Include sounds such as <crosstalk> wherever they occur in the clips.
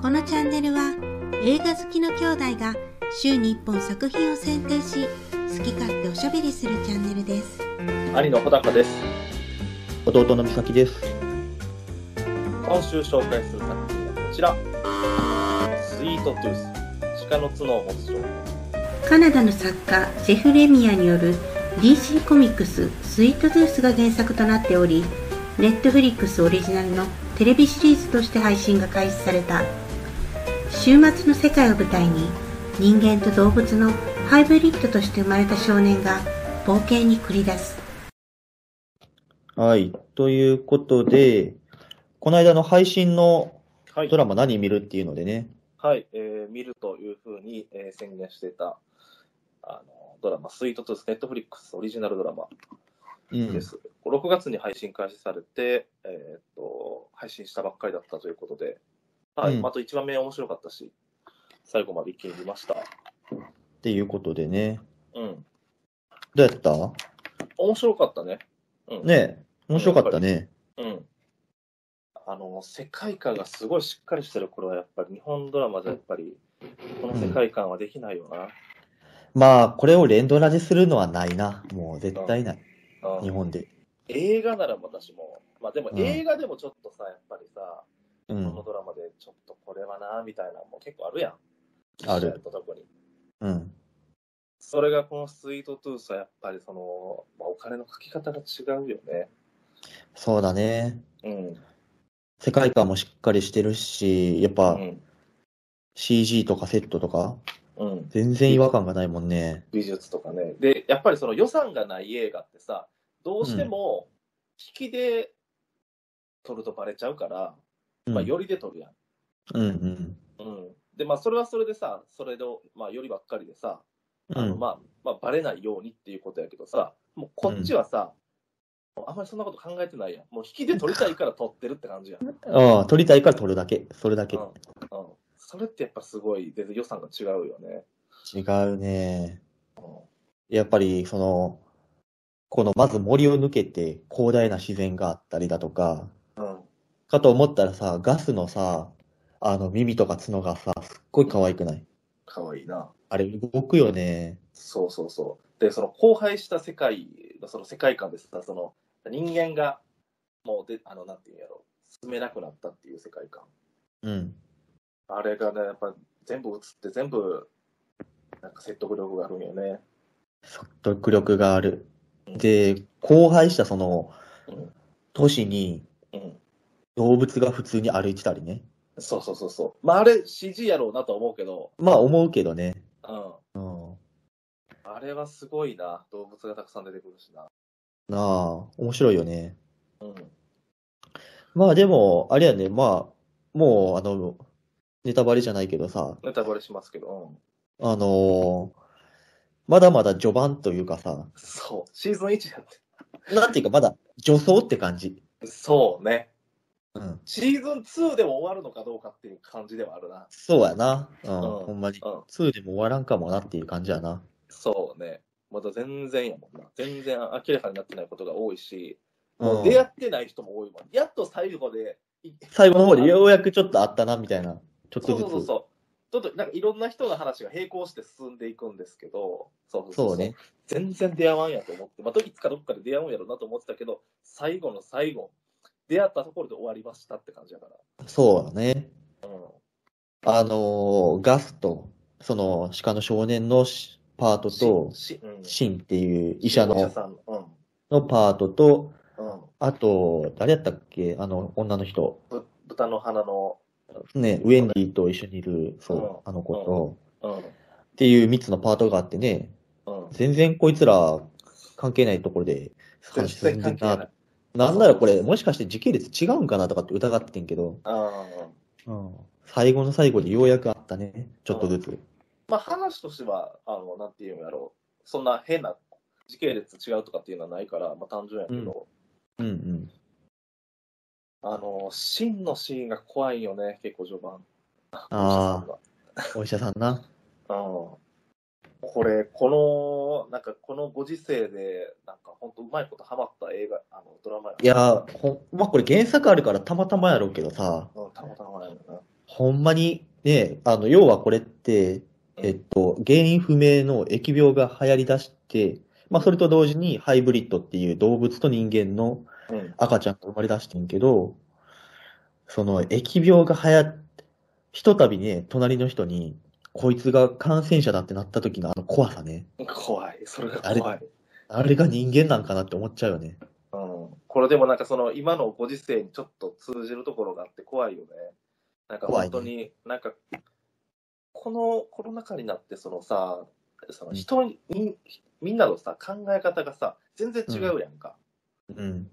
このチャンネルは映画好きの兄弟が週に1本作品を選定し好き勝手おしゃべりするチャンネルです兄の穂高です。弟の美咲です。今週紹介する作品はこちら。スイートトゥース。鹿の角を持つ少年。カナダの作家ジェフ・レミアによる DC コミックス「スイート・ドゥース」が原作となっており Netflix オリジナルのテレビシリーズとして配信が開始された週末の世界を舞台に人間と動物のハイブリッドとして生まれた少年が冒険に繰り出すはい。ということで、この間の配信のはいド。ラマ何見るっていうのでね、はい。えー見るというふうに、えー宣言していた、あの、ドラマ、スイートトゥース、ネットフリックスオリジナルドラマうんです。6月に配信開始されて、えーっと、配信したばっかりだったということで、はい。うんあと1番目面白かったし、最後まで一気に見ました。っていうことでね。うん。どうやった面白かったね。うん。ねえ面白かったね。うん。あの、世界観がすごいしっかりしてる、これはやっぱり日本ドラマじゃやっぱり、この世界観はできないよな。まあ、これを連ドラでするのはないな。もう絶対ない。うん日本で。映画なら私も、まあでもうん映画でもちょっとさ、やっぱりさ、うこんの。ドラマでちょっとこれはな、みたいなのも結構あるやん。ある実写とどこに。うん。それがこのスイートトゥースはやっぱりその、まあ、お金のかけ方が違うよね。そうだね。うん。世界観もしっかりしてるし、やっぱうん。 CG とかセットとか、うん。全然違和感がないもんね。美術とかね。で、やっぱりその予算がない映画ってさ、どうしても引きで撮るとバレちゃうから、うんまあ、よりで撮るやん。うんうん。うん。で、まあ、それはそれでさ、それの、まあ、よりばっかりでさ、うあのん。まあ、まあ、バレないようにっていうことやけどさ、もうこっちはさ、もうあんまりそんなこと考えてないやん。もう引きで撮りたいから撮ってるって感じやん。うん。ああ、撮りたいから撮るだけ。それだけ。うんそれってやっぱすごい、全然予算が違うよね。違うね。やっぱり、その、この、まず森を抜けて広大な自然があったりだとか、うん。かと思ったらさ、ガスのさ、あの耳とか角がさ、すっごい可愛くないかわいいな。あれ動くよね。そうそうそう。で、その荒廃した世界のその世界観ですさ、その人間がもうで、あの、なんていうんやろ、進めなくなったっていう世界観。うん。あれがね、やっぱ全部映って、全部、なんか説得力があるんよね。独力がある。で、荒廃したそのうん、都市にうん。動物が普通に歩いてたりね。そうそうそうそう。まあ、あれ CG やろうなとは思うけど、まあ思うけどね。うん。うん。あれはすごいな。動物がたくさん出てくるしな。なあ、面白いよね。うん。まあでも、あれやね、まあ、もう、あの、ネタバレじゃないけどさ、ネタバレしますけど、うん。あのーまだまだ序盤というかさ、そう。シーズン1やって。なんていうかまだ序走って感じ。そうね。うん。シーズン2でも終わるのかどうかっていう感じではあるな。そうやな。うん、うんほんまに。うん。 2でも終わらんかもなっていう感じやな。そうね。まだ全然やもんな。全然明らかになってないことが多いし、うん。出会ってない人も多いもん。やっと最後で、い最後の方でようやくちょっとあったな、みたいな。ちょっそとうずそうそうつ。そう。ちょっとなんかいろんな人の話が並行して進んでいくんですけど、そうそうそうね。全然出会わんやと思って、まあ、どいつかどっかで出会うんやろうなと思ってたけど、最後の最後、出会ったところで終わりましたって感じだかそうだね。ら。うん。あのーガスと、その、鹿の少年のしパートと、し、うん、シンっていう医者お医者のさんの、のパートと、うん。うん。あと、誰やったっけあの、女の人。ぶ豚の鼻の、ね、ウェンディと一緒にいる、そう、あの子と、うん。っていう3つのパートがあってね、うん。全然こいつら関係ないところで話絶進対んで関ん係ないな。。なんならこれ、もしかして時系列違うんかなとかって疑ってんけど、うん。最後の最後でようやくあったね、ちょっとずつ。まあ、話としては、あの、なんていうんやろう、そんな変な時系列違うとかっていうのはないから、まあ、単純やけど、うんうん。あの、真のシーンが怖いよね、結構序盤。あお医者さんな。あ。うん。これ、この、なんか、このご時世で、なんか、ほんとうまいことハマった映画、あの、ドラマや。いやー、ほんまあこれ原作あるからたまたまやろうけどさ、うん、たまたまやな。ほんまに、ね、あの、要はこれって、えっと、原因不明の疫病が流行り出して、まあ、それと同時にハイブリッドっていう動物と人間のうん。赤ちゃんが生まれ出してんけど、その疫病が流行っ、ひとたびね、隣の人に、こいつが感染者だってなった時のあの怖さね。怖い。それが怖い。あれが人間なんかなって思っちゃうよね。うん、これでもなんかその今のご時世にちょっと通じるところがあって怖いよね。なんか本当に、なんかこのコロナ禍になってそのさ、その人に、みんなのさ考え方がさ全然違うやんか。うん。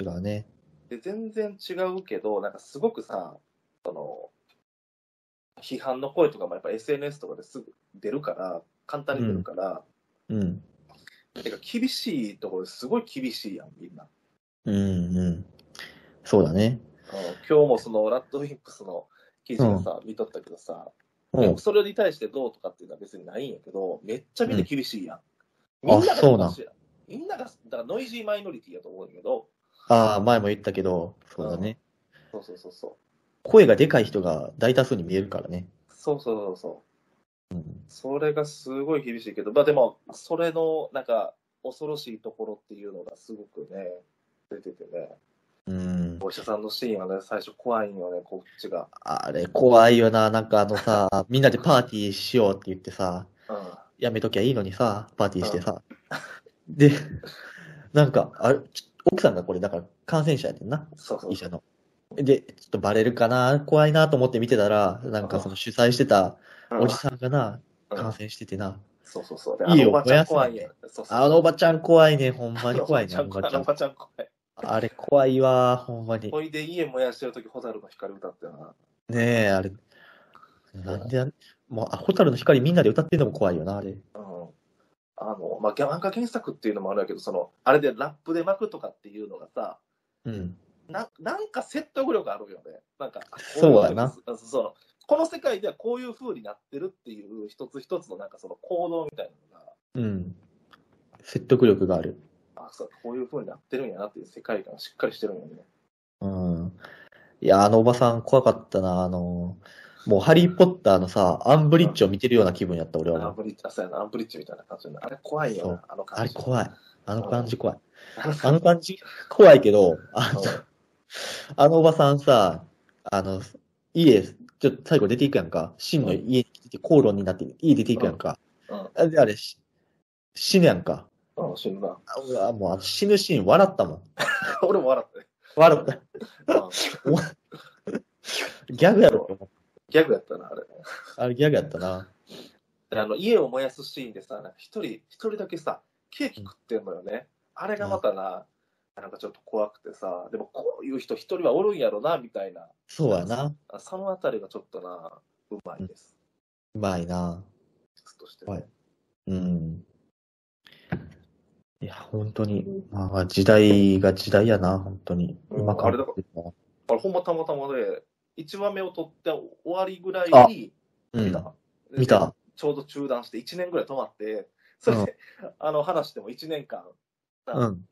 違うね。で全然違うけどなんかすごくさその批判の声とかもやっぱ SNS とかですぐ出るから簡単に出るから、うん。てか厳しいところすごい厳しいやんみんな。うんうん。そうだね。うん今日もそのラッドウィンプスの記事をさ、見とったけどさ、うん。それに対してどうとかっていうのは別にないんやけど、めっちゃみんな厳しいやん。うんみんなあそうなんがみんなが、だからノイジーマイノリティやと思うんやけど、ああ、前も言ったけど、そうだね。そうそうそうそう。声がでかい人が大多数に見えるからね。。そうそうそうそううんそれがすごい厳しいけど、まあでも、それのなんか、恐ろしいところっていうのがすごくね、出ててね、うん。お医者さんのシーンはね、最初怖いんよね、こっちが。あれ、怖いよな。なんかあの <laughs> さ、みんなでパーティーしようって言ってさ、うんやめときゃいいのにさ、パーティーしてさ。で、なんか、あれ、ち奥さんがこれ、だから感染者やねんな、そうそう医者の。で、ちょっとバレるかな、怖いなと思って見てたら、なんかその主催してたおじさんがな、うん感染しててな。そうそうそう。いいあのよおばちゃん怖いんや。そうそうあのおばちゃん怖いね、ほんまに怖いね、ああののおおばばちちゃゃんん。怖い。あれ怖いわ、ほんまに。ほいで家燃やしてるとき、蛍の光歌ったよな。ねえ、あれ。なんであん、もう、あ、ホタルの光みんなで歌ってんのも怖いよな、あれ。うん。あの、まあ、漫画原作っていうのもあるんやけど、その、あれでラップで巻くとかっていうのがさ、うん。ななんか説得力あるよね。なんか、そうやなこいことです。そのこの世界ではこういう風になってるっていう一つ一つのなんかその行動みたいなのうん。説得力がある。が、あ、そう、こういう風になってるんやなっていう世界観がしっかりしてるんやね。うん。いや、あのおばさん怖かったな、あの、もうハリーポッターのさ、アンブリッジを見てるような気分やった、俺はアンもう。ブリッジ、あ、そうやな、アンブリッジみたいな感じの。あれ怖いよそなう、あのあ感れじ。 <laughs> 怖い。あの感じ怖い。あの感じあの感じ怖いけど、あのうん、あのおばさんさ、あの、家、ちょっと最後出ていくやんか。シンの家に来て、口論になって、家出ていくやんか。うんあで、あれ、し死ぬやんか。うん、死ぬな。 <laughs> あうわもうあの死ぬシーン笑ったもん。俺も笑った <laughs> ね。笑った。うんギャグやろって思っギャグやったな、あれ。た。あれギャグやったな。であの家を燃やすシーンでさ、なんか一人、一人だけさ、ケーキ食ってんのよね。あれがまたな、なんかちょっと怖くてさ、でもこういう人一人はおるんやろな、みたいな。そうやな。あそのあたりがちょっとな、うまいです。うまいな。質としてはねい。うん。いや、本当に、まあ、時代が時代やな、本当に。うんうまくあれだってるなあれほんまたまたまで、1話目を撮って終わりぐらいにう見ん。た。で見た。ちょうど中断して1年ぐらい止まって、それで、あの話しても1年間。うん。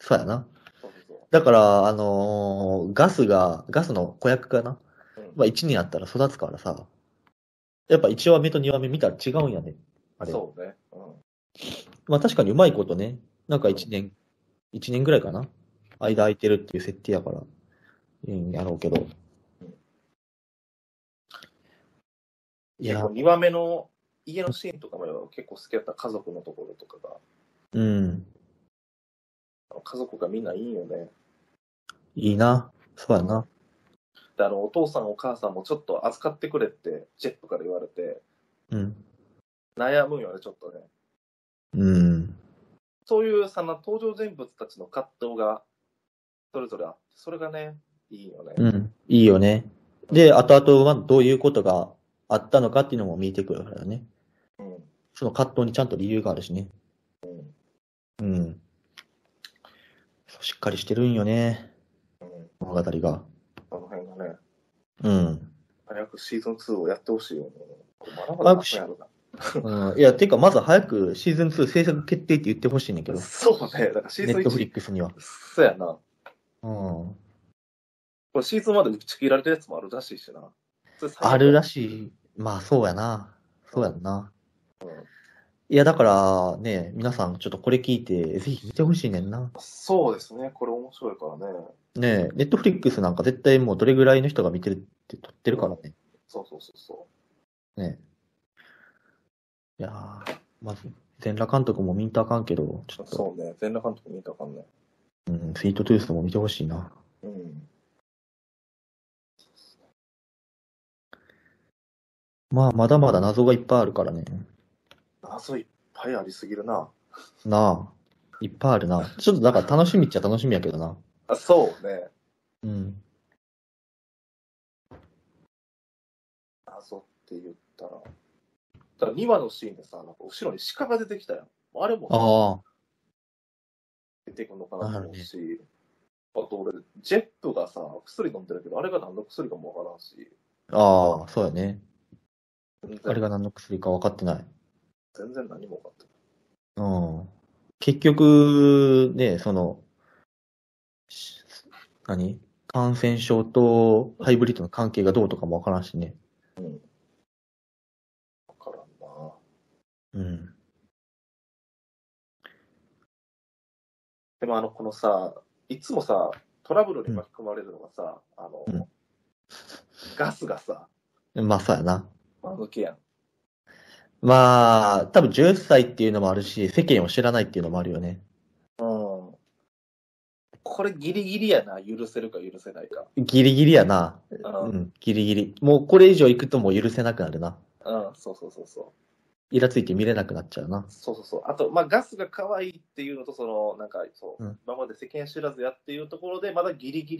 そうやな。そうそうだから、あのーガスが、ガスの子役かな。そううんまあ、1年あったら育つからさ。やっぱ1話目と2話目見たら違うんやね。あれ。そうね。うんまあ確かにうまいことね。なんか1年、一年ぐらいかな。間空いてるっていう設定やから。うん、やろうけど。い結や構、2話目の家のシーンとかも結構好きだった家族のところとかがうん。あの家族がみんないいよねいいな。そうやな。であのお父さんお母さんもちょっと扱ってくれってジェットから言われてうん。悩むよねちょっとねうん。そういうさな登場人物たちの葛藤がそれぞれあってそれがねいいよね、うん。いいよね。で、後々はどういうことがあったのかっていうのも見えてくるからね。うんその葛藤にちゃんと理由があるしね。うん。そうしっかりしてるんよね。物語が。あの辺がねうん。早くシーズン2をやってほしいよねまだまだやるうん、いや、てか、まず早くシーズン2制作決定って言ってほしいねんだけなど、そうねだからシーネズンットフリ1ックスには。そうやなうん。これシーズンまで打ち切られたやつもあるらしいしな。通最あるらしい。まあ、そうやな。そうやんな。うんいや、だからね、皆さんちょっとこれ聞いて、ぜひ見てほしいねんな。そうですね、これ面白いからね。ねネットフリックスなんか絶対もうどれぐらいの人が見てるって撮ってるからね。そうそうそうそねいやー、まず、全裸監督も見んとあかんけど、ちょう。っと、そうね、全裸監督見たらあかんね。うん、スイートトゥースも見てほしいな。うん。まあ、まだまだ謎がいっぱいあるからね。謎いっぱいありすぎるな。なあ。いっぱいあるな。ちょっとだから楽しみっちゃ楽しみやけどな。あそうね、うん。謎って言ったら。だから2話のシーンでさ、なんか後ろに鹿が出てきたやん。あれもさあ出てくるのかなと思うし、あと俺、ジェップがさ、薬飲んでるけど、あれが何の薬かもわからんし、あ、ああ、そうやね。全あれ然が何の薬か分かってない。全然何も分かってうん。結局、ね、その、し何感染症とハイブリッドの関係がどうとかも分からんしね。ないからんな。うん。でもあの、このさ、いつもさ、トラブルに巻き込まれるのがさ、あの、うんガスがさ、まあ、そうやな。あのけやん。まあ、多分10歳っていうのもあるし、世間を知らないっていうのもあるよね。うん。これギリギリやな、許せるか許せないか。ギリギリやな。う、うんうん、ん、ギリギリ。もうこれ以上行くともう許せなくなるな。そうそうそうそう。イラついて見れなくなっちゃうな。そうそうそう。あと、まあ、ガスが可愛いっていうのと、その、なんか、そう、うん今まで世間知らずやっていうところで、まだギリギ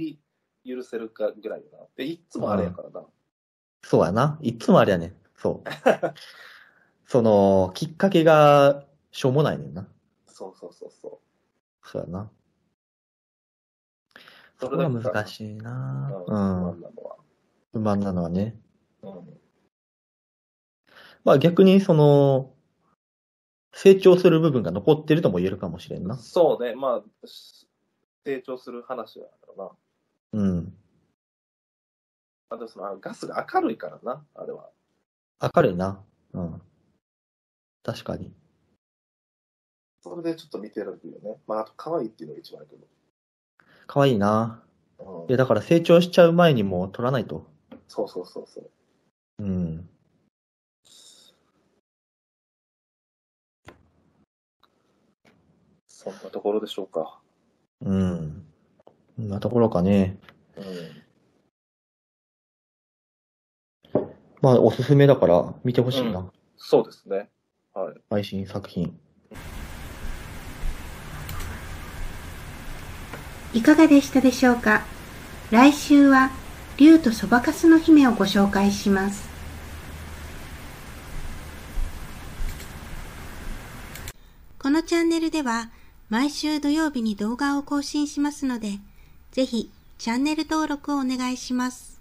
リ許せるかぐらいよな。で、いっつもあれやからな。そうやな。いっつもあれやねん。そう。 <laughs> その、きっかけが、しょうもないねんな。そうそうそうそそうやな。それそこだがけか。難しいうなうん、。そんうん。なのは。不満なのはね。うん。まあ逆に、その、成長する部分が残ってるとも言えるかもしれんな。そうね、まあ、し成長する話だからな。うん。あとそのあのガスが明るいからな、あれは。明るいな。うん。確かに。それでちょっと見てられるよね。まあ、あと可愛いっていうのが一番やけ可愛いな。ど。いうや、ん、だから成長しちゃう前にもう取らないと。そうそうそうそう。うん。そんなところでしょうか。うん。そんなところかね。うん。まあ、おすすめだから見てほしいな。うそうですね。はい。配信作品。いかがでしたでしょうか来週は竜とそばかすの姫をご紹介しますこのチャンネルでは毎週土曜日に動画を更新しますのでぜひチャンネル登録をお願いします